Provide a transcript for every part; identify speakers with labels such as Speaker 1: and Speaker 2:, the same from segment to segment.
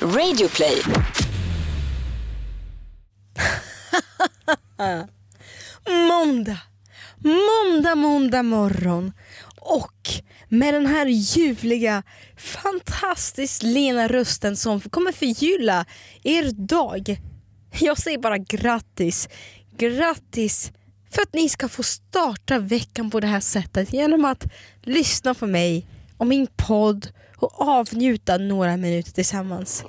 Speaker 1: Radioplay.
Speaker 2: Måndag! Måndag, måndag morgon. Och med den här ljuvliga, fantastiskt lena rösten som kommer förgylla er dag. Jag säger bara grattis. Grattis för att ni ska få starta veckan på det här sättet genom att lyssna på mig och min podd och avnjuta några minuter tillsammans.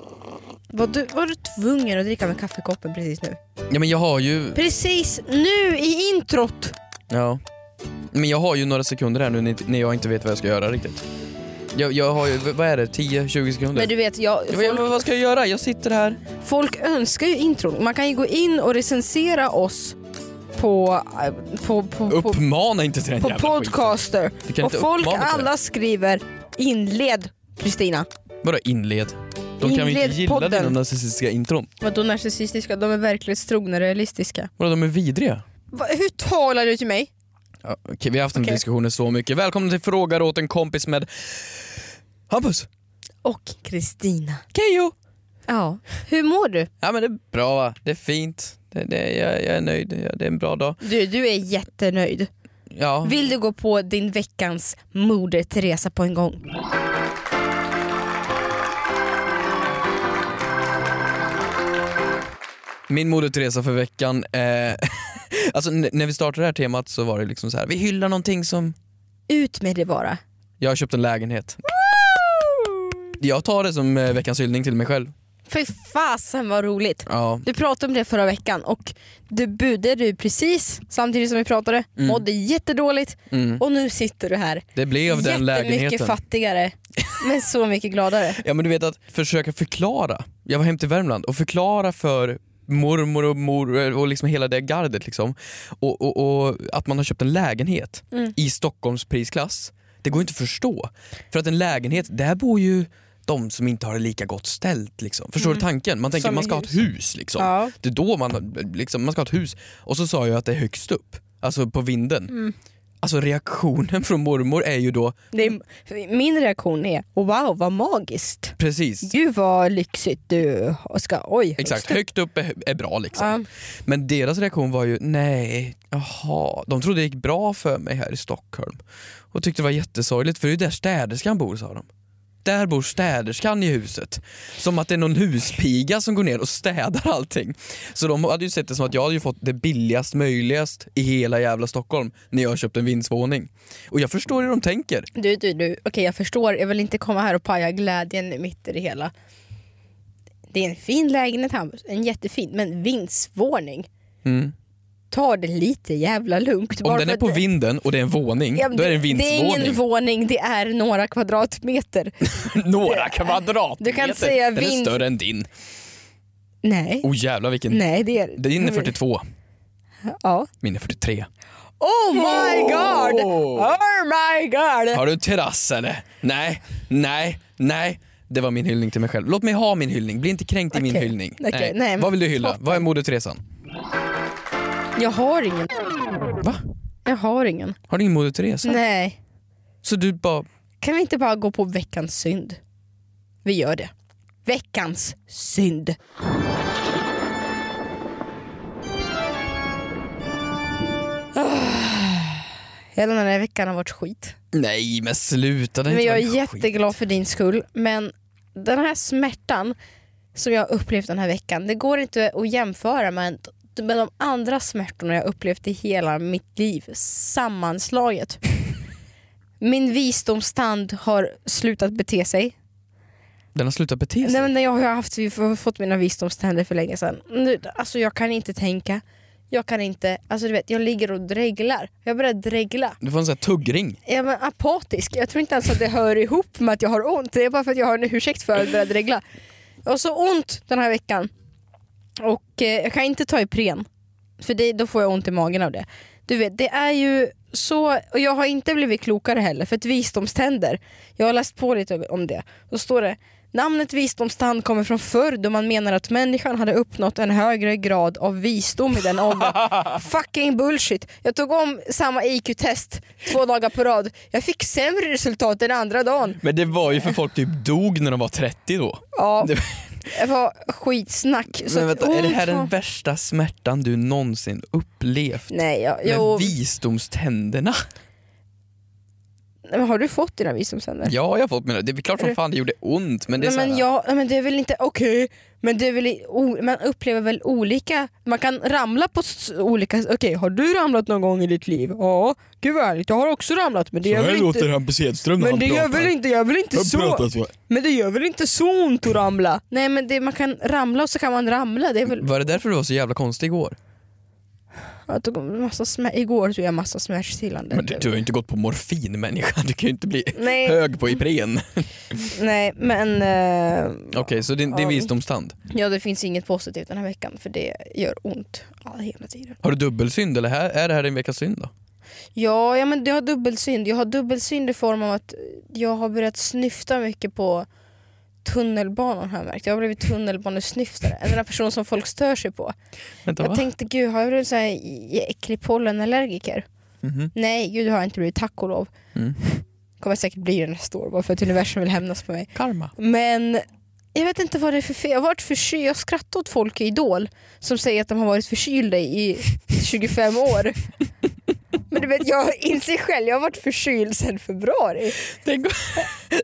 Speaker 2: Var du, var du tvungen att dricka med kaffekoppen precis nu?
Speaker 3: Ja men jag har ju,
Speaker 2: Precis nu i introt.
Speaker 3: ja. Men jag har ju några sekunder här nu när- när jag inte vet vad jag ska göra riktigt. Jag, jag har ju, v- vad är det, 10-20 sekunder?
Speaker 2: Men du vet, jag,
Speaker 3: Ja, men, men
Speaker 2: folk,
Speaker 3: vad ska jag göra? Jag sitter här.
Speaker 2: folk önskar ju intron. Man kan ju gå in och recensera oss på, eh, på, på, på,
Speaker 3: Uppmana inte till den
Speaker 2: på
Speaker 3: jävla skiten.
Speaker 2: podcaster.
Speaker 3: Du kan
Speaker 2: Och
Speaker 3: inte
Speaker 2: folk
Speaker 3: uppmana till det.
Speaker 2: alla skriver inled Kristina.
Speaker 3: Vadå inled? De kan väl
Speaker 2: Inled
Speaker 3: inte gilla
Speaker 2: podden.
Speaker 3: dina narcissistiska intron?
Speaker 2: Vadå narcissistiska? De är verklighetstrogna och realistiska.
Speaker 3: Vadå de är vidriga?
Speaker 2: Va, hur talar du till mig?
Speaker 3: Ja, okej, vi har haft den
Speaker 2: Okej.
Speaker 3: diskussionen så mycket. Välkommen till Frågar åt en kompis med Hampus,
Speaker 2: Och Kristina.
Speaker 3: Keyyo.
Speaker 2: Ja. Hur mår du?
Speaker 3: Ja men det är bra va? Det är fint. Det, det, jag, jag är nöjd. Ja, Det är en bra dag.
Speaker 2: Du, du är jättenöjd.
Speaker 3: Ja.
Speaker 2: Mm. Vill du gå på din veckans Moder Teresa på en gång?
Speaker 3: Min moder Teresa för veckan, eh, alltså n- när vi startade det här temat så var det liksom så här. vi hyllar någonting som,
Speaker 2: Ut med det bara.
Speaker 3: jag har köpt en lägenhet. Jag tar det som eh, veckans hyllning till mig själv.
Speaker 2: Fy fasen vad roligt.
Speaker 3: Ja,
Speaker 2: Du pratade om det förra veckan och du budade ju precis samtidigt som vi pratade,
Speaker 3: Mm.
Speaker 2: mådde jättedåligt
Speaker 3: mm.
Speaker 2: och nu sitter du här.
Speaker 3: det blev den
Speaker 2: Jättemycket
Speaker 3: lägenheten.
Speaker 2: fattigare men så mycket gladare.
Speaker 3: Ja men du vet att försöka förklara, jag var hem till Värmland och förklara för mormor och mor och liksom hela det gardet liksom. Och, och, och att man har köpt en lägenhet
Speaker 2: Mm.
Speaker 3: i Stockholms prisklass. Det går inte att förstå. För att en lägenhet, där bor ju de som inte har det lika gott ställt. Liksom. Förstår du tanken? Man tänker
Speaker 2: Mm. Som
Speaker 3: man
Speaker 2: i
Speaker 3: ska ha ett hus. Liksom.
Speaker 2: Ja.
Speaker 3: Det är då man, liksom, man ska ha ett hus. Och så sa jag att det är högst upp, alltså på vinden.
Speaker 2: Mm.
Speaker 3: Alltså reaktionen från mormor är ju då,
Speaker 2: Det är, min reaktion är wow vad magiskt.
Speaker 3: precis,
Speaker 2: Gud vad lyxigt du ska, oj.
Speaker 3: Exakt,
Speaker 2: högst upp.
Speaker 3: högt upp är, är bra liksom.
Speaker 2: Ja.
Speaker 3: Men deras reaktion var ju nej, jaha. De trodde det gick bra för mig här i Stockholm och tyckte det var jättesorgligt för det är ju där städerskan bor sa de. Där bor städerskan i huset. Som att det är någon huspiga som går ner och städar allting. Så de hade ju sett det som att jag hade ju fått det billigast möjligast i hela jävla Stockholm när jag köpte en vindsvåning. Och jag förstår hur de tänker.
Speaker 2: Du, du, du. Okej jag förstår, jag vill inte komma här och paja glädjen mitt i det hela. Det är en fin lägenhet Hampus, en jättefin, men vindsvåning.
Speaker 3: Mm.
Speaker 2: Ta det lite jävla lugnt.
Speaker 3: Om
Speaker 2: Bara
Speaker 3: den
Speaker 2: för
Speaker 3: är
Speaker 2: att
Speaker 3: på
Speaker 2: det-
Speaker 3: vinden och det är en våning,
Speaker 2: Ja,
Speaker 3: då är det en
Speaker 2: Det är ingen
Speaker 3: vindsvåning.
Speaker 2: våning, det är några kvadratmeter.
Speaker 3: Några kvadratmeter!
Speaker 2: Du kan säga
Speaker 3: Den är
Speaker 2: vinst-
Speaker 3: större än din.
Speaker 2: Nej,
Speaker 3: Oh jävlar vilken.
Speaker 2: nej det är
Speaker 3: Din är typ- 42,
Speaker 2: Ja.
Speaker 3: min är 43.
Speaker 2: Oh my god! Oh my god!
Speaker 3: Har du terrass eller? Nej, nej, nej. Det var min hyllning till mig själv. Låt mig ha min hyllning, bli inte kränkt i min
Speaker 2: Okej,
Speaker 3: hyllning.
Speaker 2: okej, nej, men-
Speaker 3: Vad vill du hylla? Vad är Moder Teresan?
Speaker 2: Jag har ingen.
Speaker 3: Va?
Speaker 2: Jag har ingen.
Speaker 3: Har du ingen Moder Teresa?
Speaker 2: Nej.
Speaker 3: Så du bara,
Speaker 2: Kan vi inte bara gå på veckans synd? Vi gör det. Veckans synd. Ah, Hela den här veckan har varit skit.
Speaker 3: nej men sluta. Det
Speaker 2: Men
Speaker 3: inte
Speaker 2: jag
Speaker 3: varit
Speaker 2: är
Speaker 3: skit.
Speaker 2: jätteglad för din skull. Men den här smärtan som jag har upplevt den här veckan, det går inte att jämföra med, med de andra smärtorna jag upplevt i hela mitt liv sammanslaget. Min visdomstand har slutat bete sig.
Speaker 3: Den har slutat bete sig.
Speaker 2: Nej, men jag har haft, jag har fått mina visdomständer för länge sedan. Nu, alltså jag kan inte tänka. Jag kan inte, alltså du vet, jag ligger och dreglar. Jag börjar dregla.
Speaker 3: Du får en sån här tuggring.
Speaker 2: Jag är apatisk. Jag tror inte ens att det hör ihop med att jag har ont. Det är bara för att jag har en ursäkt för att börja dregla. Jag har så ont den här veckan. Och eh, jag kan inte ta Ipren. För det, då får jag ont i magen av det. Du vet, det är ju så... Och jag har inte blivit klokare heller. För att visdomständer. Jag har läst på lite om det. Då står det Namnet visdomstand kommer från förr då man menar att människan hade uppnått en högre grad av visdom i den åldern. Fucking bullshit. Jag tog om samma IQ-test två dagar på rad. Jag fick sämre resultat den andra dagen.
Speaker 3: Men det var ju för folk typ dog när de var 30 då.
Speaker 2: Ja,
Speaker 3: Det-
Speaker 2: Det var skitsnack. Så att
Speaker 3: Men vänta, är det
Speaker 2: hon
Speaker 3: här
Speaker 2: tar-
Speaker 3: den värsta smärtan du någonsin upplevt?
Speaker 2: Nej, jag,
Speaker 3: Med
Speaker 2: jo,
Speaker 3: visdomständerna?
Speaker 2: men har du fått dina visumsänder?
Speaker 3: Ja, jag har fått mina. Det är klart som fan det gjorde ont men det är
Speaker 2: Nej,
Speaker 3: så här,
Speaker 2: men, jag, nej, men det är väl inte okej, men det är väl, i- o, man upplever väl olika, man kan ramla på s- olika, okej har du ramlat någon gång i ditt liv? Ja, gud vad härligt, jag har också ramlat men det gör väl inte,
Speaker 1: Hampus Hedström
Speaker 2: men det gör väl inte, gör väl inte så,
Speaker 1: så.
Speaker 2: men det gör väl inte så ont att ramla? Nej men det, man kan ramla och så kan man ramla, det är väl,
Speaker 3: Var det därför du var så jävla konstig igår?
Speaker 2: jag tog en massa smär, igår tog jag massa smärtstillande.
Speaker 3: Men du, du har ju inte gått på morfin människa, du kan ju inte bli
Speaker 2: nej,
Speaker 3: hög på Ipren.
Speaker 2: nej men eh,
Speaker 3: Okej, så din, din
Speaker 2: Ja.
Speaker 3: visdomstand.
Speaker 2: ja det finns inget positivt den här veckan för det gör ont ja, hela tiden.
Speaker 3: Har du dubbelsynd eller här, är det här din veckas synd då?
Speaker 2: Ja, ja men jag har dubbelsynd. Jag har dubbelsynd i form av att jag har börjat snyfta mycket på tunnelbanan har jag märkt. Jag har blivit tunnelbanesnyftare. En sån där person som folk stör sig på.
Speaker 3: Vänta,
Speaker 2: Jag
Speaker 3: va?
Speaker 2: tänkte gud har jag blivit så här i- äcklig pollenallergiker?
Speaker 3: Mhm.
Speaker 2: Nej gud det har jag inte blivit tack och lov.
Speaker 3: Mm.
Speaker 2: Kommer jag säkert bli det nästa år bara för att universum vill hämnas på mig.
Speaker 3: Karma.
Speaker 2: Men jag vet inte vad det är för fel. Jag har varit förkyld. Jag skrattar åt folk i Idol som säger att de har varit förkylda i 25 år. Men du vet, jag inser själv, jag har varit förkyld sedan februari.
Speaker 3: Tänk om,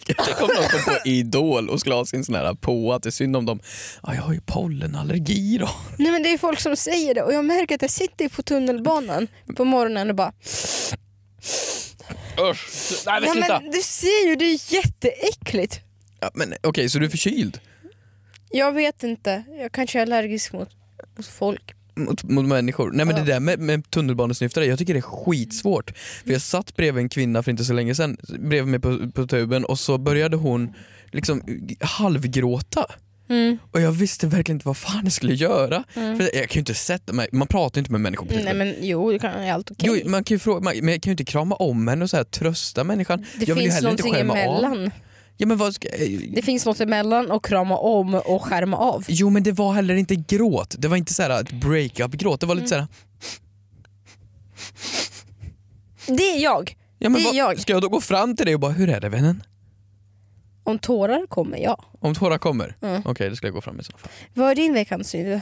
Speaker 3: Tänk om någon kom på Idol och skulle ha sin sån här på att det är synd om dem. Ja, jag har ju pollenallergi då.
Speaker 2: Nej men det är folk som säger det och jag märker att jag sitter på tunnelbanan på morgonen och bara
Speaker 3: Usch. Nej men
Speaker 2: Nej
Speaker 3: sluta.
Speaker 2: men du ser ju, det är jätteäckligt.
Speaker 3: Ja, men Okej, så du är förkyld?
Speaker 2: Jag vet inte, jag kanske är allergisk mot, mot folk.
Speaker 3: mot, mot människor. Nej men
Speaker 2: Ja.
Speaker 3: det där med, med tunnelbanesnyftare, jag tycker det är skitsvårt. För jag satt bredvid en kvinna för inte så länge sedan, bredvid mig på, på tuben och så började hon liksom halvgråta.
Speaker 2: Mm.
Speaker 3: Och jag visste verkligen inte vad fan jag skulle göra.
Speaker 2: Mm.
Speaker 3: För jag kan ju inte sätta mig, man pratar ju inte med människor på
Speaker 2: Nej
Speaker 3: tuben.
Speaker 2: men jo, det kan, är allt okej.
Speaker 3: Jo, man kan ju fråga, man, men jag kan ju inte krama om henne och så här, trösta människan.
Speaker 2: Det
Speaker 3: jag vill ju
Speaker 2: finns
Speaker 3: heller inte
Speaker 2: någonting
Speaker 3: skärma av.
Speaker 2: emellan.
Speaker 3: Ja, men vad ska,
Speaker 2: Det finns något emellan och krama om och skärma av.
Speaker 3: eh, Jo men det var heller inte gråt, det var inte så här ett breakup-gråt, det var lite så
Speaker 2: Mm.
Speaker 3: här.
Speaker 2: Det är jag.
Speaker 3: Ja, men
Speaker 2: Det är
Speaker 3: vad,
Speaker 2: jag.
Speaker 3: Ska jag då gå fram till dig och bara, hur är det vännen?
Speaker 2: Om tårar kommer jag.
Speaker 3: Om tårar kommer?
Speaker 2: Mm.
Speaker 3: Okej, det ska jag gå fram i så fall.
Speaker 2: Vad är din veckans synd?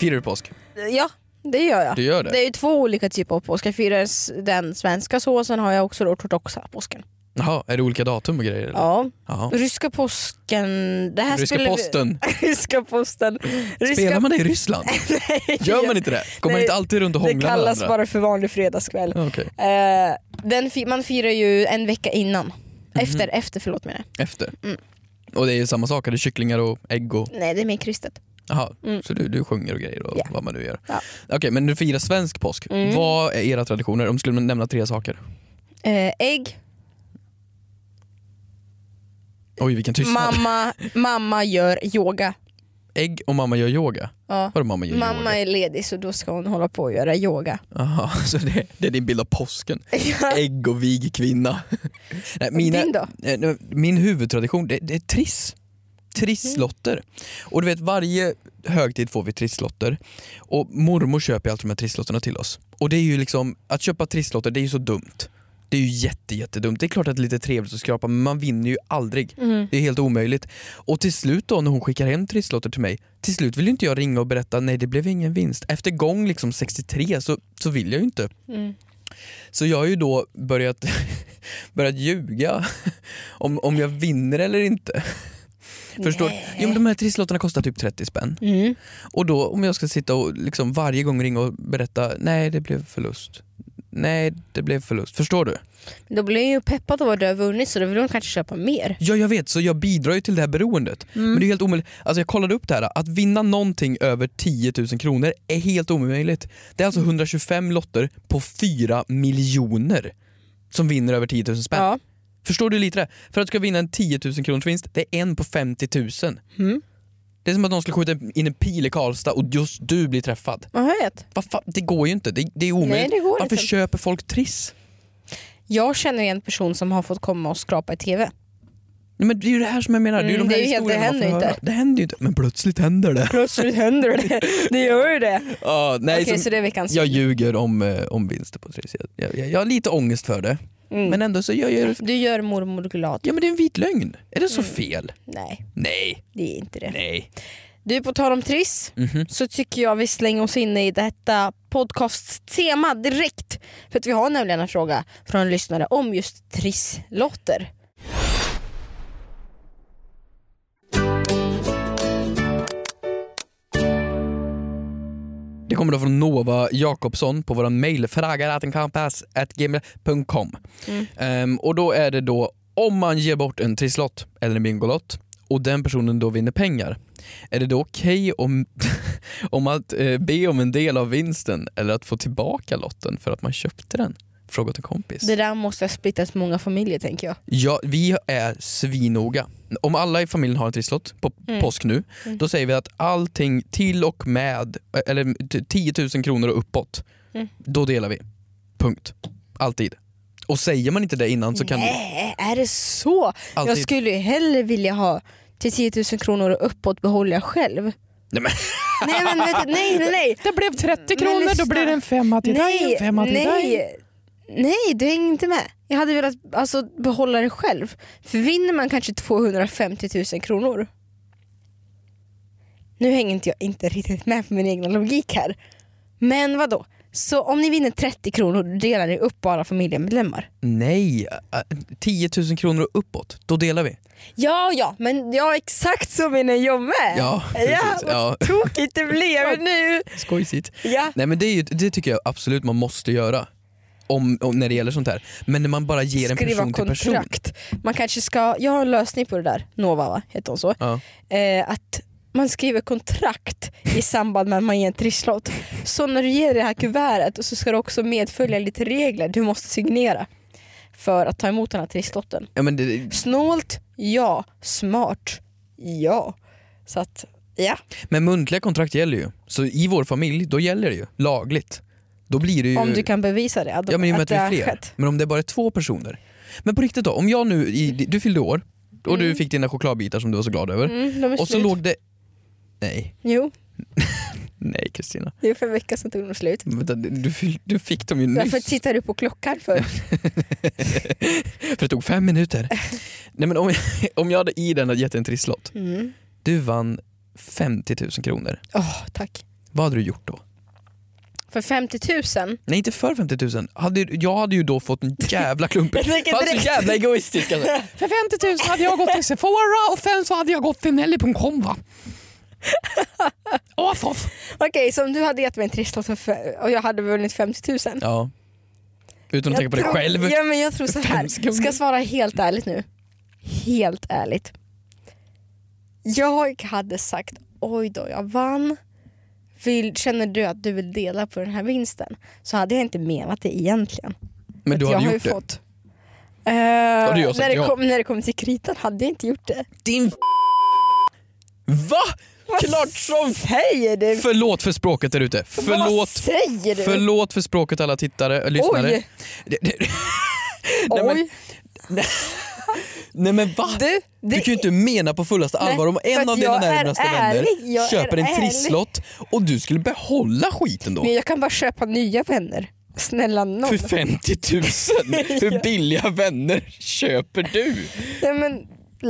Speaker 3: Firar du påsk?
Speaker 2: Ja, det gör jag.
Speaker 3: Du gör det?
Speaker 2: Det är ju två olika typer av påsk. Jag firar s- den svenska så, sen har jag också den ortodoxa påsken.
Speaker 3: Jaha, är det olika datum och grejer? Eller?
Speaker 2: Ja.
Speaker 3: Jaha.
Speaker 2: Ryska påsken... Det här
Speaker 3: Ryska
Speaker 2: skulle vi-
Speaker 3: posten.
Speaker 2: Ryska posten. Ryska...
Speaker 3: Spelar man det i Ryssland?
Speaker 2: Nej,
Speaker 3: Gör man inte det? Går man
Speaker 2: Nej,
Speaker 3: inte alltid runt och
Speaker 2: det
Speaker 3: hånglar med
Speaker 2: kallas
Speaker 3: varandra?
Speaker 2: bara för vanlig fredagskväll.
Speaker 3: Ja, Okej,
Speaker 2: Eh, den fi- man firar ju en vecka innan. Efter, efter förlåt menar jag.
Speaker 3: efter.
Speaker 2: Mm.
Speaker 3: Och det är ju samma sak, det är kycklingar och ägg och...
Speaker 2: Nej, det är mer kristet.
Speaker 3: Jaha,
Speaker 2: Mm.
Speaker 3: så du, du sjunger och grejer och
Speaker 2: Ja.
Speaker 3: vad man nu gör.
Speaker 2: Ja.
Speaker 3: Okej, men du firar svensk påsk.
Speaker 2: Mm.
Speaker 3: Vad är era traditioner? Om du skulle nämna tre saker.
Speaker 2: Eh, ägg,
Speaker 3: Oj, vilken tystnad.
Speaker 2: mamma, mamma gör yoga.
Speaker 3: Ägg och mamma gör yoga.
Speaker 2: Ja.
Speaker 3: Vadå mamma gör
Speaker 2: Mamma
Speaker 3: yoga?
Speaker 2: är ledig så då ska hon hålla på och göra yoga.
Speaker 3: Jaha, så det, det är din bild av påsken.
Speaker 2: Ja.
Speaker 3: Ägg och vig kvinna. Nej, mina,
Speaker 2: Din då?
Speaker 3: Eh, nu, Min huvudtradition det, det är triss. Trisslotter. Och du vet varje högtid får vi trisslotter. Och mormor köper ju alltid de här trisslotterna till oss. Och det är ju liksom, att köpa trisslotter det är ju så dumt. Det är ju jätte, jättedumt. Det är klart att det är lite trevligt att skrapa men man vinner ju aldrig.
Speaker 2: Mm.
Speaker 3: Det är helt omöjligt. Och till slut då när hon skickar hem trisslotter till mig, till slut vill ju inte jag ringa och berätta nej det blev ingen vinst. Efter gång liksom 63 så, så vill jag ju inte.
Speaker 2: Mm.
Speaker 3: Så jag har ju då börjat, börjat ljuga om, om jag vinner eller inte. Förstår du? Jo, men de här trisslotterna kostar typ 30 spänn.
Speaker 2: Mm.
Speaker 3: Och då om jag ska sitta och liksom varje gång ringa och berätta nej det blev förlust. Nej det blev förlust. Förstår du?
Speaker 2: Då blir jag ju peppad av vad du har vunnit så då vill hon kanske köpa mer.
Speaker 3: Ja jag vet så jag bidrar ju till det här beroendet. Men det är helt omöjligt. Alltså jag kollade upp det här. Att vinna någonting över 10 000 kronor är helt omöjligt. Det är alltså 125 lotter på 4 miljoner som vinner över 10 000 spänn.
Speaker 2: Ja.
Speaker 3: Förstår du lite det? För att du ska vinna en 10 000 kronors vinst, det är en på 50 000.
Speaker 2: Mm.
Speaker 3: Det är som att någon skulle skjuta in en pil i Karlstad och just du blir träffad.
Speaker 2: Man har rätt.
Speaker 3: Vad fan, det går ju inte, det, det är
Speaker 2: Nej,
Speaker 3: omöjligt.
Speaker 2: det går
Speaker 3: Varför
Speaker 2: inte.
Speaker 3: köper folk Triss?
Speaker 2: Jag känner en person som har fått komma och skrapa i TV.
Speaker 3: Nej, men det är ju det här som jag menar, det är ju
Speaker 2: Mm,
Speaker 3: de
Speaker 2: det
Speaker 3: här
Speaker 2: är ju helt- det
Speaker 3: historierna man får
Speaker 2: händer ju
Speaker 3: höra.
Speaker 2: inte.
Speaker 3: Det händer ju inte. Men plötsligt händer det.
Speaker 2: Plötsligt händer det. Det gör ju det.
Speaker 3: Ja, nej,
Speaker 2: Okej
Speaker 3: så
Speaker 2: så det är veckans
Speaker 3: Jag ljuger om, eh, om vinster på Triss. Jag, jag, jag har lite ångest för det.
Speaker 2: Mm.
Speaker 3: Men ändå så gör jag det.
Speaker 2: Du gör mormor glad.
Speaker 3: Ja men det är en vit lögn. Är det så
Speaker 2: Mm.
Speaker 3: fel?
Speaker 2: Nej,
Speaker 3: Nej,
Speaker 2: det är inte det.
Speaker 3: nej.
Speaker 2: Du, på tal om Triss
Speaker 3: Mhm.
Speaker 2: så tycker jag vi slänger oss in i detta podcasttema direkt. För att vi har nämligen en fråga från en lyssnare om just trisslotter.
Speaker 3: Det kommer då från Nova Jakobsson på vår mail fragaratenkampas.gmail.com
Speaker 2: Mm.
Speaker 3: Ehm, Och då är det då om man ger bort en trisslott eller en bingolott och den personen då vinner pengar. Är det då okej om, om att eh, be om en del av vinsten eller att få tillbaka lotten för att man köpte den? Fråga till kompis.
Speaker 2: Det där måste ha splittat många familjer tänker jag.
Speaker 3: Ja, vi är svinoga. Om alla i familjen har en trisslott på
Speaker 2: Mm.
Speaker 3: påsk nu,
Speaker 2: Mm.
Speaker 3: då säger vi att allting till och med eller t- 10 000 kronor och uppåt,
Speaker 2: Mm.
Speaker 3: då delar vi. Punkt. Alltid. Och säger man inte det innan så kan vi
Speaker 2: Nej, är det så? Jag
Speaker 3: alltid...
Speaker 2: skulle ju hellre vilja ha till 10 000 kronor och uppåt behålla själv.
Speaker 3: Nej, men...
Speaker 2: Nej men vet du, nej nej nej.
Speaker 3: Det blev 30
Speaker 2: kronor, då lyssna. blir det en
Speaker 3: femma
Speaker 2: Nej, nej, nej du hänger inte med. Jag hade velat alltså, behålla det själv. För vinner man kanske 250 000 kronor. Nu hänger inte jag inte riktigt med på min egna logik här. Men vad då? Så om ni vinner 30 kronor delar ni upp bara familjemedlemmar?
Speaker 3: Nej, eh, 10 000 kronor och uppåt, då delar vi.
Speaker 2: Äh. Ja, ja, men ja, exakt så menar jag med.
Speaker 3: Ja,
Speaker 2: ja
Speaker 3: precis.
Speaker 2: vad
Speaker 3: Ja,
Speaker 2: tokigt det blev nu.
Speaker 3: skojsigt.
Speaker 2: Ja.
Speaker 3: Nej men det, är ju, det tycker jag absolut man måste göra. Om, om, när det gäller sånt här. Men när man bara ger en
Speaker 2: Skriva
Speaker 3: person till person.
Speaker 2: kontrakt. Man kanske ska, jag har en lösning på det där, Nova va, heter hon så.
Speaker 3: Ja.
Speaker 2: eh, att man skriver kontrakt i samband med att man ger en trisslott. Så när du ger det här kuvertet så ska du också medfölja lite regler du måste signera för att ta emot den här trisslotten.
Speaker 3: Ja, men det,
Speaker 2: Snålt? Ja. Smart? Ja. Så att, ja.
Speaker 3: men muntliga kontrakt gäller ju. Så i vår familj, då gäller det ju lagligt. Då blir det ju...
Speaker 2: Om du kan bevisa det. Att,
Speaker 3: ja, men i och med att vi
Speaker 2: det
Speaker 3: är
Speaker 2: har
Speaker 3: fler.
Speaker 2: skett.
Speaker 3: Men om det bara är två personer. Men på riktigt då, om jag nu... I, du fyllde år och du fick dina chokladbitar som du var så glad över.
Speaker 2: Mm, de är
Speaker 3: Och så
Speaker 2: slut.
Speaker 3: låg det... Nej,
Speaker 2: Jo,
Speaker 3: nej Kristina.
Speaker 2: det är för en vecka sedan tog de slut.
Speaker 3: Vänta, Du, fyll- du fick dem ju
Speaker 2: Varför
Speaker 3: nyss.
Speaker 2: tittar du på klockan för?
Speaker 3: För det tog fem minuter. nej, men om, jag- om jag hade i den hade gett en trisslott.
Speaker 2: Mm.
Speaker 3: Du vann 50 000 kronor.
Speaker 2: Åh, tack.
Speaker 3: Vad hade du gjort då?
Speaker 2: För 50 000?
Speaker 3: Nej, inte för 50 000. Hade, jag hade ju då fått en jävla klump.
Speaker 2: Jag tänker
Speaker 3: Fan, så
Speaker 2: direkt.
Speaker 3: jävla egoistisk alltså. För 50 000 hade jag gått till Sephora och sen så hade jag gått till Nelly.com va? Off, off.
Speaker 2: Okej, så om du hade gett mig en trisslott för fe- och jag hade vunnit 50 000?
Speaker 3: Ja. Utan att tänka på det
Speaker 2: tror,
Speaker 3: själv.
Speaker 2: Ja, men jag tror så här.
Speaker 3: Fem sekunder.
Speaker 2: Ska jag svara helt ärligt nu? Helt ärligt. Jag hade sagt oj då, jag vann. Vill, känner du att du vill dela på den här vinsten? Så hade jag inte menat det egentligen.
Speaker 3: Men du
Speaker 2: För att
Speaker 3: hade
Speaker 2: jag
Speaker 3: gjort
Speaker 2: har ju
Speaker 3: det.
Speaker 2: fått. Eh,
Speaker 3: hade jag sagt
Speaker 2: när, det
Speaker 3: ja.
Speaker 2: kom, när det kom till kritan hade jag inte gjort det.
Speaker 3: Din f- Va? Klart som f-
Speaker 2: säger du?
Speaker 3: Förlåt för språket där ute.
Speaker 2: Vad
Speaker 3: Förlåt.
Speaker 2: säger du?
Speaker 3: Förlåt för språket alla tittare och lyssnare.
Speaker 2: Oj,
Speaker 3: Det- det-
Speaker 2: oj.
Speaker 3: Nej, men- Nej men va?
Speaker 2: du, det
Speaker 3: Du kan ju inte mena på fullaste allvar om
Speaker 2: för
Speaker 3: en
Speaker 2: att
Speaker 3: av dina
Speaker 2: jag är
Speaker 3: närmaste
Speaker 2: ärlig, jag
Speaker 3: vänner
Speaker 2: är
Speaker 3: köper en
Speaker 2: ärlig.
Speaker 3: trisslott och du skulle behålla skiten då?
Speaker 2: Men jag kan bara köpa nya vänner. Snälla nån.
Speaker 3: För 50 000? Hur billiga vänner köper du?
Speaker 2: Nej men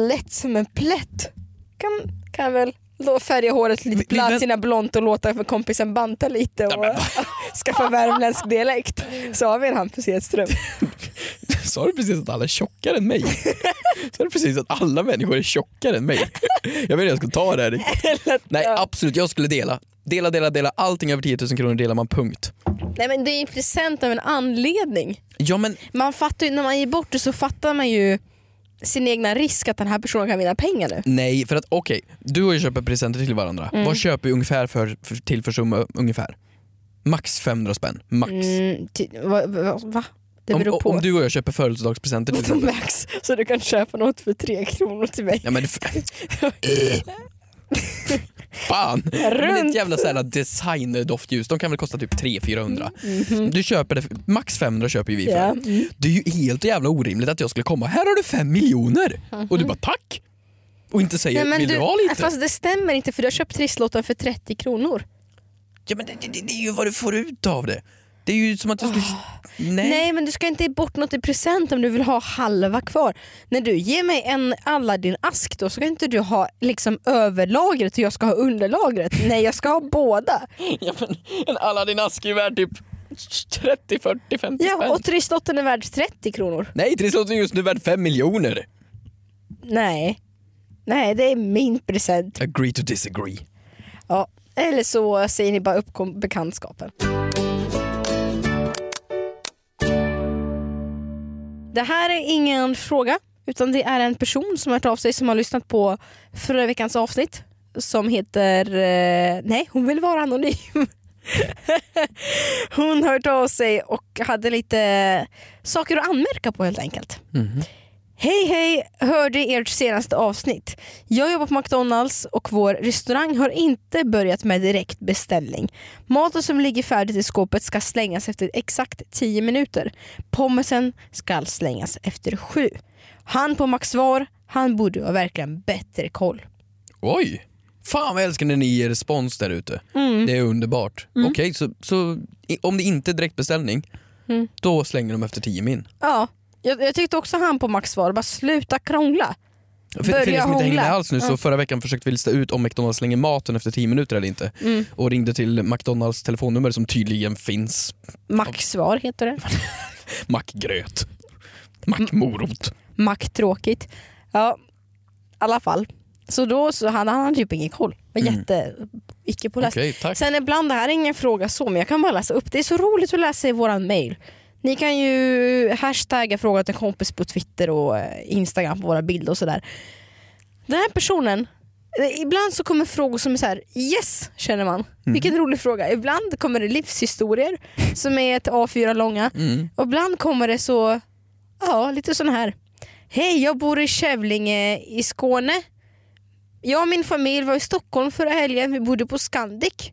Speaker 2: lätt som en plätt. Kan, kan väl då färga håret
Speaker 3: Men-
Speaker 2: lite platina blont och låta för kompisen banta lite och skaffa värmländsk dialekt. Så har vi en Hampus Hedström.
Speaker 3: Sa du precis att alla är tjockare än mig? Sa du precis att alla människor är tjockare än mig? Jag vet inte jag skulle ta det här riktigt. Nej
Speaker 2: ja.
Speaker 3: absolut, jag skulle dela. Dela, dela, dela. Allting över 10 000 kronor delar man punkt.
Speaker 2: Nej men det är en present av en anledning.
Speaker 3: Ja men
Speaker 2: Man fattar ju, när man ger bort det så fattar man ju sin egna risk att den här personen kan vinna pengar nu.
Speaker 3: nej, för att okej, du och jag köper presenter till varandra.
Speaker 2: Mm.
Speaker 3: Vad köper vi ungefär för, för, till för summa ungefär? Max 500 spänn, max.
Speaker 2: Mm, ty, va, va, va? Det
Speaker 3: Om,
Speaker 2: beror på.
Speaker 3: om du och jag köper födelsedagspresenter till
Speaker 2: På
Speaker 3: exempel.
Speaker 2: Max, så du kan köpa något för tre kronor till mig.
Speaker 3: Ja, men, f- fan! Ja, men Det är ett
Speaker 2: Runt.
Speaker 3: jävla så här designerdoftljus, de kan väl kosta typ 300-400. Du köper det, för- max 500 köper ju vi för.
Speaker 2: Mm-hmm. Ja. mm.
Speaker 3: Det är ju helt jävla orimligt att jag skulle komma, här har du fem miljoner! Och du bara tack! Och inte säger,
Speaker 2: Mm-hmm. Nej, men
Speaker 3: vill du,
Speaker 2: du, eh, alltså-
Speaker 3: ha lite?
Speaker 2: Fast det stämmer inte för du har köpt trisslotten för 30 kronor.
Speaker 3: Ja, men det, det, det är ju vad du får ut av det. Det är ju som att jag skulle... Nej.
Speaker 2: Ah, Nej. men du ska inte ge bort något i present om du vill ha halva kvar. När du ger mig en Aladdin-ask då så kan inte du ha liksom överlagret och jag ska ha underlagret. Nej jag ska ha båda.
Speaker 3: Ja, men en Aladdin-ask är ju värd typ 30, 40, 50
Speaker 2: Ja,
Speaker 3: spänn.
Speaker 2: och trisslotten är värd 30 kronor.
Speaker 3: Nej, trisslotten är just nu värd 5 miljoner.
Speaker 2: Nej. Nej det är min present.
Speaker 3: Agree to disagree.
Speaker 2: Ja. Eller så säger ni bara upp kom- bekantskapen. Det här är ingen fråga utan det är en person som har hört av sig som har lyssnat på förra veckans avsnitt som heter... Eh, nej, hon vill vara anonym. hon har hört av sig och hade lite saker att anmärka på helt enkelt. Hej hej! Hörde ert senaste avsnitt. Jag jobbar på McDonalds och vår restaurang har inte börjat med direkt beställning. Maten som ligger färdigt i skåpet ska slängas efter exakt 10 minuter. Pommesen ska slängas efter 7. Han på Max svar, han borde ha verkligen bättre koll.
Speaker 3: Oj! Fan vad jag älskar när ni ger respons där ute.
Speaker 2: Mm.
Speaker 3: Det är underbart. Okej, så, så i- om det inte är direktbeställning,
Speaker 2: Mm.
Speaker 3: då slänger de efter 10 min.
Speaker 2: Ja, jag, jag tyckte också han på Max svar, bara sluta krångla.
Speaker 3: För, för
Speaker 2: Börja
Speaker 3: er som inte hängde
Speaker 2: hångla.
Speaker 3: med alls nu, så förra veckan försökte vi lista ut om McDonalds slänger maten efter 10 minuter eller inte.
Speaker 2: Mm.
Speaker 3: Och ringde till McDonalds telefonnummer som tydligen finns.
Speaker 2: Max svar heter det.
Speaker 3: Mackgröt.
Speaker 2: Mm.
Speaker 3: Mackmorot.
Speaker 2: Macktråkigt. Ja, i alla fall. Så då så hade han typ ingen koll. Var jätte icke påläst.
Speaker 3: Okej, tack.
Speaker 2: Sen ibland, det här är ingen fråga så, men jag kan bara läsa upp. Det är så roligt att läsa i våran mail. Ni kan ju hashtagga fråga till en kompis på Twitter och eh, Instagram på våra bilder och sådär. Den här personen, eh, ibland så kommer frågor som är så här: yes känner man. Vilken rolig fråga. Ibland kommer det livshistorier som är ett A4 långa.
Speaker 3: Mm.
Speaker 2: Och ibland kommer det så, ja lite sån här. Hej, jag bor i Kävlinge i Skåne. Jag och min familj var i Stockholm förra helgen. Vi bodde på Scandic.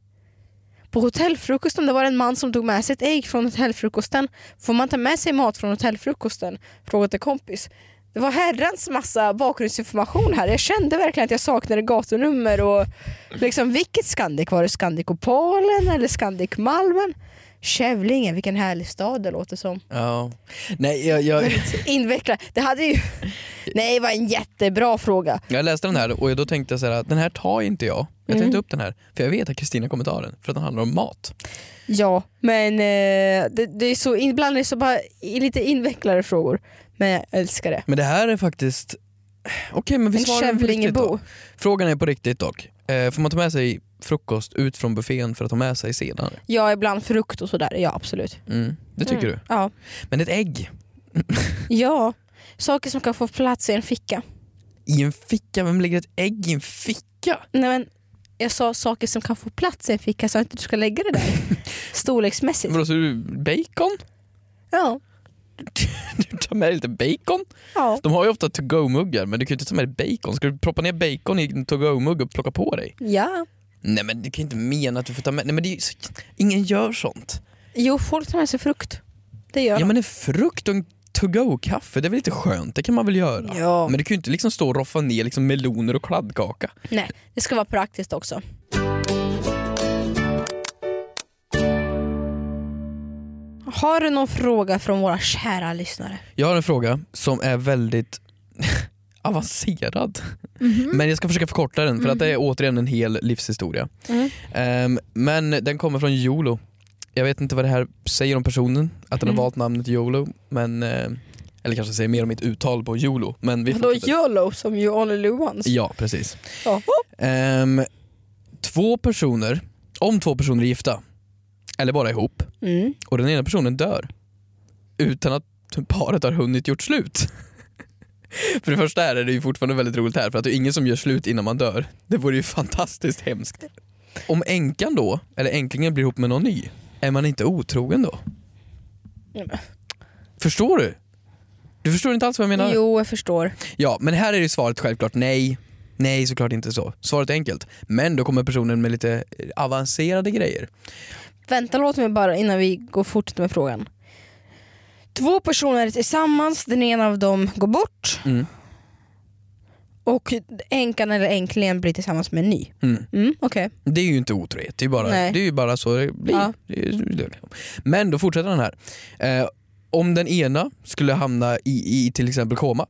Speaker 2: På hotellfrukosten det var en man som tog med sig ett ägg från hotellfrukosten. Får man ta med sig mat från hotellfrukosten? Frågade en kompis. Det var herrans massa bakgrundsinformation här. Jag kände verkligen att jag saknade gatunummer och liksom vilket Scandic? Var det Scandic Opalen eller Scandic Malmen? Kävlinge, vilken härlig stad det låter som.
Speaker 3: Ja. Nej, jag, jag,
Speaker 2: Invecklad. Det hade ju... Nej, det var en jättebra fråga.
Speaker 3: jag läste den här och då tänkte jag så här, att den här tar inte jag. Jag tar inte
Speaker 2: Mm.
Speaker 3: upp den här, för jag vet att Kristina kommer ta den, för att den handlar om mat.
Speaker 2: Ja, men eh, det, det är så, ibland är det så bara i lite invecklade frågor. Men jag älskar det.
Speaker 3: Men det här är faktiskt... Okej, men vi
Speaker 2: En
Speaker 3: svarar den på riktigt då.
Speaker 2: Kävlingebo.
Speaker 3: Frågan är på riktigt dock. Eh, får man ta med sig frukost ut från buffén för att ta med sig senare?
Speaker 2: Ja, ibland frukt och sådär. Ja, absolut.
Speaker 3: Mm, det tycker du.
Speaker 2: Ja.
Speaker 3: Men ett ägg
Speaker 2: ja, saker som kan få plats i en ficka.
Speaker 3: i en ficka, vem lägger ett ägg i en ficka?
Speaker 2: Nej, men jag sa saker som kan få plats i en ficka, så jag inte du ska lägga det där. Storleksmässigt.
Speaker 3: Vadå, så du bacon?
Speaker 2: Ja.
Speaker 3: Du tar med dig lite bacon?
Speaker 2: ja.
Speaker 3: De har ju ofta to-go-muggar men du kan ju inte ta med dig bacon. Ska du proppa ner bacon i en to-go-mugg och plocka på dig?
Speaker 2: Ja.
Speaker 3: Nej men du kan ju inte mena att du får ta med... Nej men det är ju... så- Ingen gör sånt.
Speaker 2: Jo, folk tar med sig frukt. Det gör
Speaker 3: Ja
Speaker 2: de.
Speaker 3: men en frukt och en to-go-kaffe, det är väl lite skönt? Det kan man väl göra?
Speaker 2: Ja.
Speaker 3: Men du kan ju inte liksom stå och roffa ner liksom meloner och kladdkaka.
Speaker 2: Nej, det ska vara praktiskt också. Har du någon fråga från våra kära lyssnare?
Speaker 3: Jag har en fråga som är väldigt avancerad.
Speaker 2: Mm-hmm. Mm.
Speaker 3: Men jag ska försöka förkorta den för att det är återigen en hel livshistoria.
Speaker 2: Mm.
Speaker 3: Ehm, men den kommer från Jolo. Jag vet inte vad det här säger om personen, att
Speaker 2: Mm.
Speaker 3: den har valt namnet Jolo. Men, eh, eller kanske säger mer om mitt uttal på Jolo. Men vi
Speaker 2: Vadå
Speaker 3: fortsätter.
Speaker 2: YOLO som you only live once?
Speaker 3: Ja, precis.
Speaker 2: Ja.
Speaker 3: Ehm, två personer, om två personer är gifta, eller bara ihop,
Speaker 2: Mm.
Speaker 3: och den ena personen dör utan att paret har hunnit gjort slut. För det första är det ju fortfarande väldigt roligt här för att det är ingen som gör slut innan man dör. Det vore ju fantastiskt hemskt. Om änkan då, eller änklingen blir ihop med någon ny, är man inte otrogen då?
Speaker 2: Nej, men-
Speaker 3: Förstår du? Du förstår inte alls vad jag menar?
Speaker 2: Jo, jag förstår.
Speaker 3: Ja, men här är ju svaret självklart nej. Nej, såklart inte så. Svaret är enkelt. Men då kommer personen med lite eh, avancerade grejer.
Speaker 2: Vänta, låt mig bara innan vi går fort med frågan. Mm. Två personer är tillsammans, den ena av dem går bort.
Speaker 3: Mm.
Speaker 2: Och änkan eller änkligen blir tillsammans med en ny.
Speaker 3: Mm.
Speaker 2: Mm, Okej.
Speaker 3: Det är ju inte otrohet, det är, ju bara,
Speaker 2: Nej.
Speaker 3: det är ju bara så det blir.
Speaker 2: Ja.
Speaker 3: Det är, det är- Men då fortsätter den här. Eh, om den ena skulle hamna i, i till exempel koma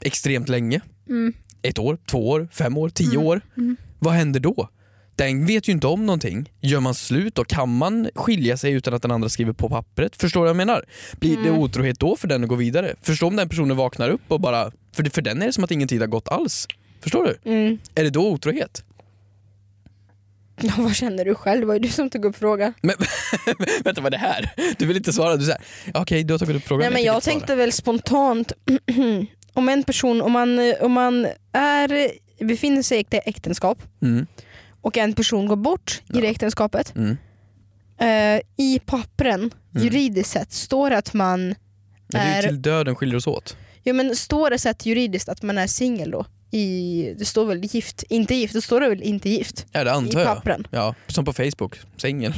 Speaker 3: extremt länge,
Speaker 2: Mm.
Speaker 3: ett år, två år, fem år, tio
Speaker 2: Mm.
Speaker 3: år.
Speaker 2: Mm.
Speaker 3: Vad händer då? Den vet ju inte om någonting. Gör man slut då? Kan man skilja sig utan att den andra skriver på pappret? Förstår du vad jag menar? Blir det
Speaker 2: Mm.
Speaker 3: otrohet då för den att gå vidare? Förstår om den personen vaknar upp och bara... För, för den är det som att ingen tid har gått alls. Förstår du?
Speaker 2: Mm.
Speaker 3: Är det då otrohet?
Speaker 2: Ja, vad känner du själv? Det var ju du som tog upp frågan.
Speaker 3: Vänta, vad är det här? Du vill inte svara. Du säger okej, du har tagit upp frågan.
Speaker 2: Nej, men jag,
Speaker 3: tänker inte
Speaker 2: tänkte väl spontant, om en person, om man, om man är, befinner sig i ett äktenskap
Speaker 3: svara. Mm,
Speaker 2: och en person går bort i det äktenskapet.
Speaker 3: mm.
Speaker 2: Eh, I pappren, juridiskt sett, står det att man
Speaker 3: Men det är
Speaker 2: Är-
Speaker 3: ju till döden skiljer oss åt.
Speaker 2: Ja men står det så att juridiskt att man är singel då? I, det står väl gift, inte gift, då står det väl inte gift
Speaker 3: Ja, det
Speaker 2: i
Speaker 3: antar jag.
Speaker 2: pappren?
Speaker 3: Ja, som på Facebook. Singel.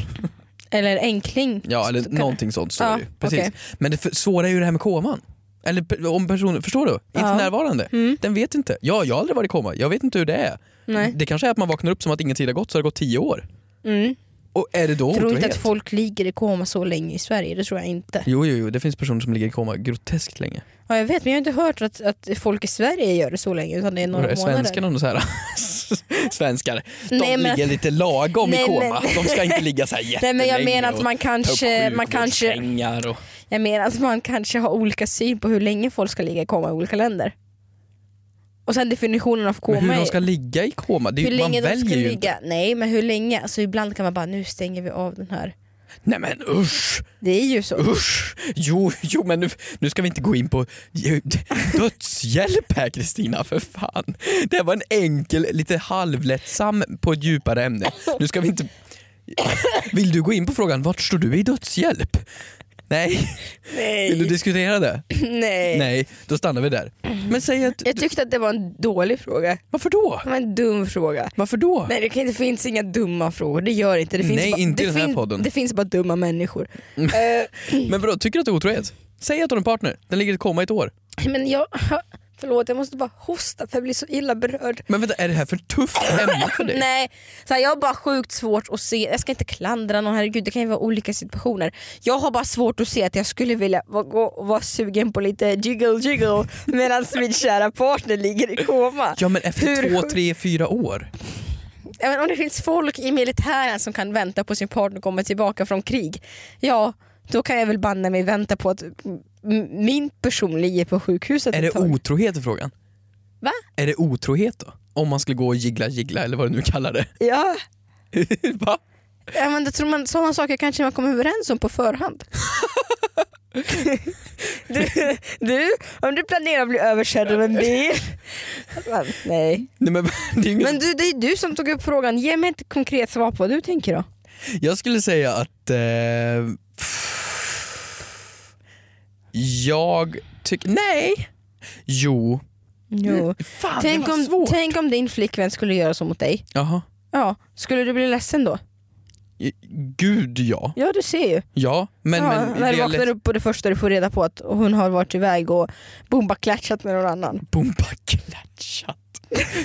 Speaker 2: Eller enkling?
Speaker 3: Ja, eller
Speaker 2: Kan-
Speaker 3: någonting sånt står
Speaker 2: Ja,
Speaker 3: det ju. Precis.
Speaker 2: okej.
Speaker 3: Men det för- svåra är ju det här med koman. Eller pe- om personen, förstår du? Inte
Speaker 2: Ja.
Speaker 3: närvarande.
Speaker 2: Mm,
Speaker 3: Den vet inte. Ja, jag har aldrig varit i koma. Jag vet inte hur det är.
Speaker 2: nej.
Speaker 3: Det kanske är att man vaknar upp som att ingen tid har gått så har det gått tio år.
Speaker 2: Mm.
Speaker 3: Och är det
Speaker 2: Tror
Speaker 3: då
Speaker 2: inte
Speaker 3: otrohet?
Speaker 2: att folk ligger i koma så länge i Sverige, det tror jag inte.
Speaker 3: Jo, jo, jo, det finns personer som ligger i koma groteskt länge.
Speaker 2: Ja, jag vet men jag har inte hört att, att folk i Sverige gör det så länge utan det är några
Speaker 3: Några är
Speaker 2: månader.
Speaker 3: svenskarna och så här. Svenskar, de
Speaker 2: Nej, men-
Speaker 3: ligger lite lagom i
Speaker 2: Nej, men-
Speaker 3: koma. De ska inte ligga så här
Speaker 2: Nej
Speaker 3: jättelänge
Speaker 2: men jag menar att
Speaker 3: och
Speaker 2: man
Speaker 3: ta upp
Speaker 2: kanske, man kanske,
Speaker 3: sjukvårdspengar och...
Speaker 2: jag menar att man kanske har olika syn på hur länge folk ska ligga i koma i olika länder. Och sen definitionen av koma
Speaker 3: Men hur
Speaker 2: är-
Speaker 3: de ska ligga i koma, det är,
Speaker 2: hur
Speaker 3: ju- man
Speaker 2: länge de ska
Speaker 3: väljer ju inte.
Speaker 2: ligga. Nej men hur länge, alltså ibland kan man bara nu stänger vi av den här.
Speaker 3: Nej men usch,
Speaker 2: Det är ju så.
Speaker 3: usch. Jo, jo men nu, nu ska vi inte gå in på dödshjälp här Kristina, för fan. Det här var en enkel, lite halvlättsam på ett djupare ämne. Nu ska vi inte... Vill du gå in på frågan, vart står du i dödshjälp? Nej, vill du
Speaker 2: Nej.
Speaker 3: diskutera det?
Speaker 2: Nej.
Speaker 3: Nej, då stannar vi där. Men säg att,
Speaker 2: Jag tyckte att det var en dålig fråga.
Speaker 3: varför då?
Speaker 2: Det var en dum fråga.
Speaker 3: Varför då?
Speaker 2: Nej det kan inte finns inga dumma frågor, det gör inte. Det finns
Speaker 3: Nej,
Speaker 2: bara,
Speaker 3: inte i
Speaker 2: det
Speaker 3: den här
Speaker 2: finns,
Speaker 3: podden.
Speaker 2: Det finns bara dumma människor.
Speaker 3: Men vadå, tycker du att det är otrohet? Säg att du har en partner, den ligger i koma i ett år.
Speaker 2: Men jag, förlåt jag måste bara hosta för jag blir så illa berörd.
Speaker 3: Men vänta, är det här för tufft ämne för dig?
Speaker 2: Nej, så här, jag har bara sjukt svårt att se, jag ska inte klandra någon herregud det kan ju vara olika situationer. Jag har bara svårt att se att jag skulle vilja vara, gå och vara sugen på lite jiggle jiggle medan min kära partner ligger i koma.
Speaker 3: Ja men efter
Speaker 2: Hur
Speaker 3: två,
Speaker 2: sjukt?
Speaker 3: tre, fyra år.
Speaker 2: Ja, men om det finns folk i militären som kan vänta på sin partner komma tillbaka från krig, ja då kan jag väl banne mig vänta på att m- min person ligger på sjukhuset
Speaker 3: Är
Speaker 2: ett
Speaker 3: det
Speaker 2: tag.
Speaker 3: otrohet i frågan?
Speaker 2: Va?
Speaker 3: Är det otrohet då? Om man skulle gå och jiggla jiggla eller vad du nu kallar det.
Speaker 2: Ja,
Speaker 3: Va?
Speaker 2: ja men det tror man, sådana saker kanske man kommer överens om på förhand. du, du, om du planerar att bli överkörd av en bil. Men, nej.
Speaker 3: Nej, men, det är ju inget...
Speaker 2: Men du, det är du som tog upp frågan, ge mig ett konkret svar på vad du tänker då.
Speaker 3: Jag skulle säga att... Eh... Jag tycker... Nej! Jo.
Speaker 2: Jo.
Speaker 3: Fan
Speaker 2: Mm. Tänk
Speaker 3: det var
Speaker 2: om,
Speaker 3: svårt.
Speaker 2: tänk om din flickvän skulle göra så mot dig.
Speaker 3: Jaha.
Speaker 2: Ja, skulle du bli ledsen då?
Speaker 3: I- Gud ja.
Speaker 2: Ja du ser ju.
Speaker 3: Ja. Men,
Speaker 2: ja,
Speaker 3: men
Speaker 2: när
Speaker 3: det
Speaker 2: du
Speaker 3: jag
Speaker 2: vaknar upp på det första du får reda på att hon har varit iväg och bombaklatchat med någon annan.
Speaker 3: Bomba klatschat.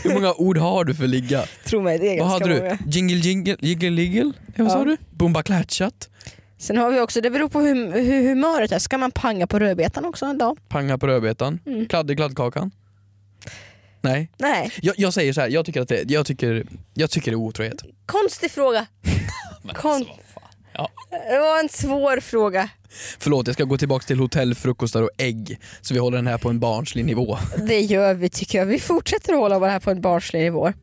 Speaker 3: Hur många ord har du för ligga?
Speaker 2: Tro mig, det är
Speaker 3: Vad
Speaker 2: ganska
Speaker 3: hade du?
Speaker 2: många.
Speaker 3: Jingle jingle, jiggle liggle? Eh, Vad sa
Speaker 2: Ja.
Speaker 3: du? Bomba klatschat?
Speaker 2: Sen har vi också, det beror på hur, hur humöret är, ska man panga på rödbetan också en dag?
Speaker 3: Panga på rödbetan?
Speaker 2: Mm.
Speaker 3: Kladd i kladdkakan? Nej.
Speaker 2: Nej,
Speaker 3: Jag, jag säger så här, jag tycker att det, jag tycker, jag tycker det är otrohet.
Speaker 2: konstig fråga. Kon- det var en svår fråga.
Speaker 3: Förlåt, jag ska gå tillbaka till hotellfrukostar och ägg. Så vi håller den här på en barnslig nivå.
Speaker 2: Det gör vi tycker jag. Vi fortsätter att hålla det här på en barnslig nivå.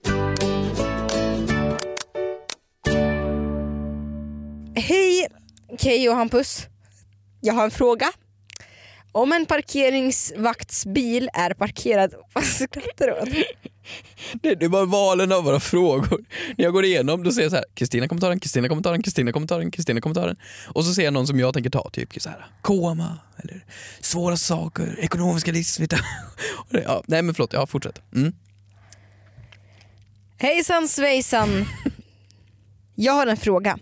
Speaker 2: Hej Keyyo och Hampus. Jag har en fråga. Om en parkeringsvaktsbil är parkerad... Vad skrattar du åt?
Speaker 3: Det, det är bara valen av våra frågor. När jag går igenom då ser jag så här, Kristina kommer ta den, Kristina kommer ta den, Kristina kommer ta den, Kristina kommer ta den. Och så ser jag någon som jag tänker ta, typ så här, koma eller svåra saker, ekonomiska livsvita. Och det- Ja, nej men förlåt, ja fortsätt. Mm.
Speaker 2: Hejsan svejsan. Jag har en fråga.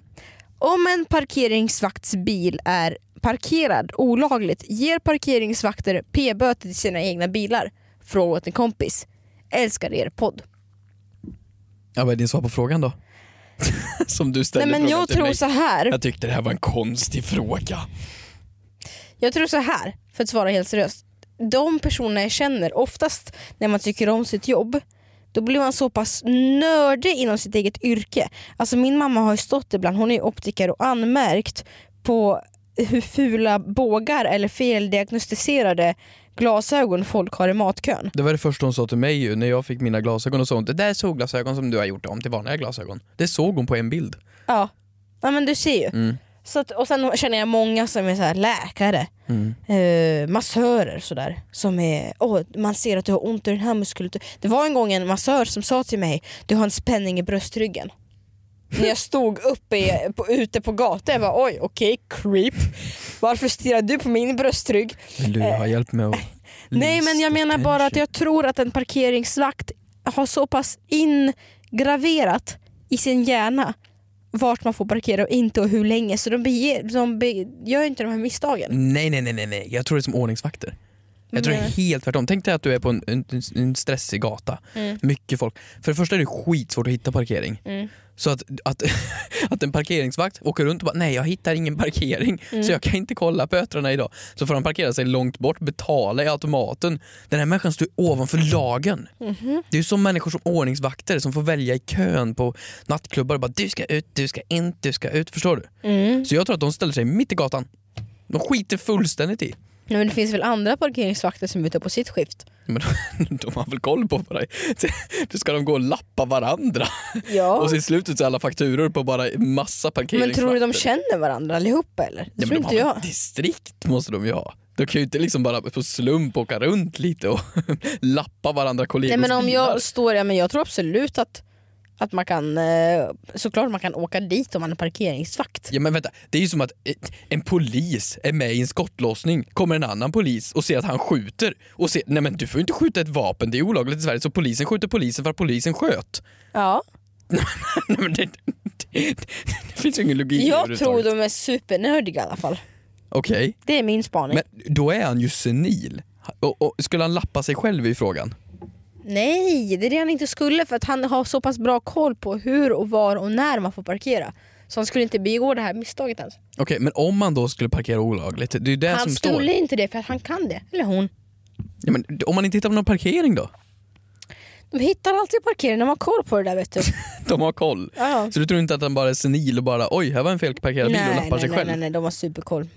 Speaker 2: Om en parkeringsvaktsbil är parkerad olagligt, ger parkeringsvakter p-böter till sina egna bilar? Fråga åt en kompis. Älskar er podd.
Speaker 3: Ja, vad är din svar på frågan då? Som du ställde
Speaker 2: Nej men
Speaker 3: frågan
Speaker 2: jag
Speaker 3: till
Speaker 2: tror
Speaker 3: mig.
Speaker 2: så här.
Speaker 3: Jag tyckte det här var en konstig fråga.
Speaker 2: Jag tror så här, för att svara helt seriöst. De personer jag känner, oftast när man tycker om sitt jobb, då blir man så pass nördig inom sitt eget yrke. Alltså min mamma har ju stått ibland, hon är ju optiker och anmärkt på hur fula bågar eller feldiagnostiserade glasögon folk har i matkön.
Speaker 3: Det var det första hon sa till mig ju när jag fick mina glasögon och sånt. Det där är solglasögon som du har gjort om till vanliga glasögon. Det såg hon på en bild.
Speaker 2: Ja, ja men du ser ju.
Speaker 3: Mm.
Speaker 2: Så att, och sen känner jag många som är så här läkare,
Speaker 3: Mm.
Speaker 2: eh, massörer sådär. Som är, åh man ser att du har ont i den här muskulaturen. Det var en gång en massör som sa till mig, du har en spänning i bröstryggen. När jag stod uppe i, på, ute på gatan, jag var oj okej creep. Varför stirrar du på min bröstrygg?
Speaker 3: Vill du ha hjälp med att...
Speaker 2: Nej men jag menar bara att jag tror att en parkeringsvakt har så pass ingraverat i sin hjärna vart man får parkera och inte och hur länge så de, bege, de be, gör inte de här misstagen.
Speaker 3: Nej, nej, nej, nej, nej. Jag tror det är som ordningsvakter. Jag tror det är
Speaker 2: Nej.
Speaker 3: helt tvärtom. Tänk dig att du är på en, en, en stressig gata.
Speaker 2: Mm.
Speaker 3: Mycket folk. För det första är det skitsvårt att hitta parkering.
Speaker 2: Mm.
Speaker 3: Så att, att, att en parkeringsvakt åker runt och bara nej jag hittar ingen parkering
Speaker 2: Mm.
Speaker 3: så jag kan inte kolla på ötrarna idag. Så får han parkera sig långt bort, betala i automaten. Den här människan står ju ovanför lagen.
Speaker 2: Mhm.
Speaker 3: Det är ju som människor som ordningsvakter som får välja i kön på nattklubbar och bara du ska ut, du ska in, du ska ut. Förstår du?
Speaker 2: Mm.
Speaker 3: Så jag tror att de ställer sig mitt i gatan. De skiter fullständigt i.
Speaker 2: Nej, men det finns väl andra parkeringsvakter som är ute på sitt skift?
Speaker 3: Men de har väl koll på varandra. Då ska de gå och lappa varandra.
Speaker 2: Ja.
Speaker 3: Och så i slutet så är alla fakturor på bara massa
Speaker 2: Men
Speaker 3: parkeringsvakter.
Speaker 2: tror du de känner varandra allihopa eller? Det
Speaker 3: Ja,
Speaker 2: tror
Speaker 3: men de
Speaker 2: inte
Speaker 3: har väl
Speaker 2: jag.
Speaker 3: ett distrikt måste de ju ha. De kan ju inte liksom bara på slump åka runt lite och lappa varandra kollegors
Speaker 2: Nej men om
Speaker 3: bilar.
Speaker 2: jag står, ja, men jag tror absolut att, att man kan, eh, såklart man kan åka dit om man är parkeringsvakt.
Speaker 3: Ja men vänta, det är ju som att ett- en polis är med i en skottlossning, kommer en annan polis och ser att han skjuter och ser, nej men du får ju inte skjuta ett vapen, det är olagligt i Sverige, så polisen skjuter polisen för att polisen sköt.
Speaker 2: Ja.
Speaker 3: Nej, men det, det, det finns ju ingen logik
Speaker 2: Jag tror
Speaker 3: överhuvudtaget.
Speaker 2: de är supernördiga i alla fall.
Speaker 3: Okej.
Speaker 2: Det är min spaning.
Speaker 3: Men då är han ju senil. Och, och, skulle han lappa sig själv i frågan?
Speaker 2: Nej, det är det han inte skulle för att han har så pass bra koll på hur och var och när man får parkera. Så han skulle inte begå det här misstaget ens.
Speaker 3: Okej, men om han då skulle parkera olagligt, det är ju det
Speaker 2: han
Speaker 3: som
Speaker 2: skulle
Speaker 3: står.
Speaker 2: inte det för att han kan det. Eller hon.
Speaker 3: Ja, men, om man inte hittar någon parkering då?
Speaker 2: De hittar alltid parkering, de har koll på det där vet du.
Speaker 3: De har koll.
Speaker 2: Ja.
Speaker 3: Så du tror inte att han bara är senil och bara oj, här var en felparkerad bil och lappar
Speaker 2: nej,
Speaker 3: sig
Speaker 2: nej,
Speaker 3: själv?
Speaker 2: nej, nej, de har superkoll.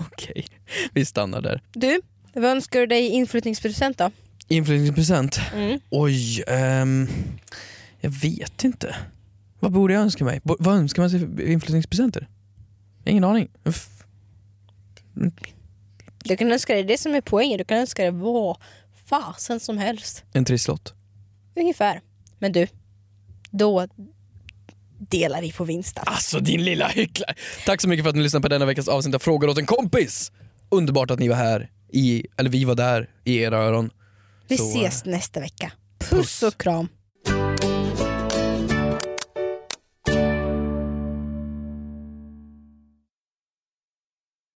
Speaker 3: Okej, vi stannar där.
Speaker 2: Du, vad önskar du dig i inflyttningspresent då?
Speaker 3: Inflyttningspresent?
Speaker 2: Mm.
Speaker 3: Oj, ehm, jag vet inte. Vad borde jag önska mig? Bo- vad önskar man sig för inflyttningspresenter? Ingen aning. Uff.
Speaker 2: Du kan önska dig, det som är poängen, du kan önska dig vad fasen som helst.
Speaker 3: En trisslott.
Speaker 2: Ungefär. Men du, då delar vi på vinsten.
Speaker 3: Alltså din lilla hycklare. Tack så mycket för att ni lyssnade på denna veckas avsnitt av Frågor åt en kompis. Underbart att ni var här, i, eller vi var där i era öron.
Speaker 2: Vi
Speaker 3: Så, eh,
Speaker 2: ses nästa vecka.
Speaker 3: puss.
Speaker 2: Puss och kram.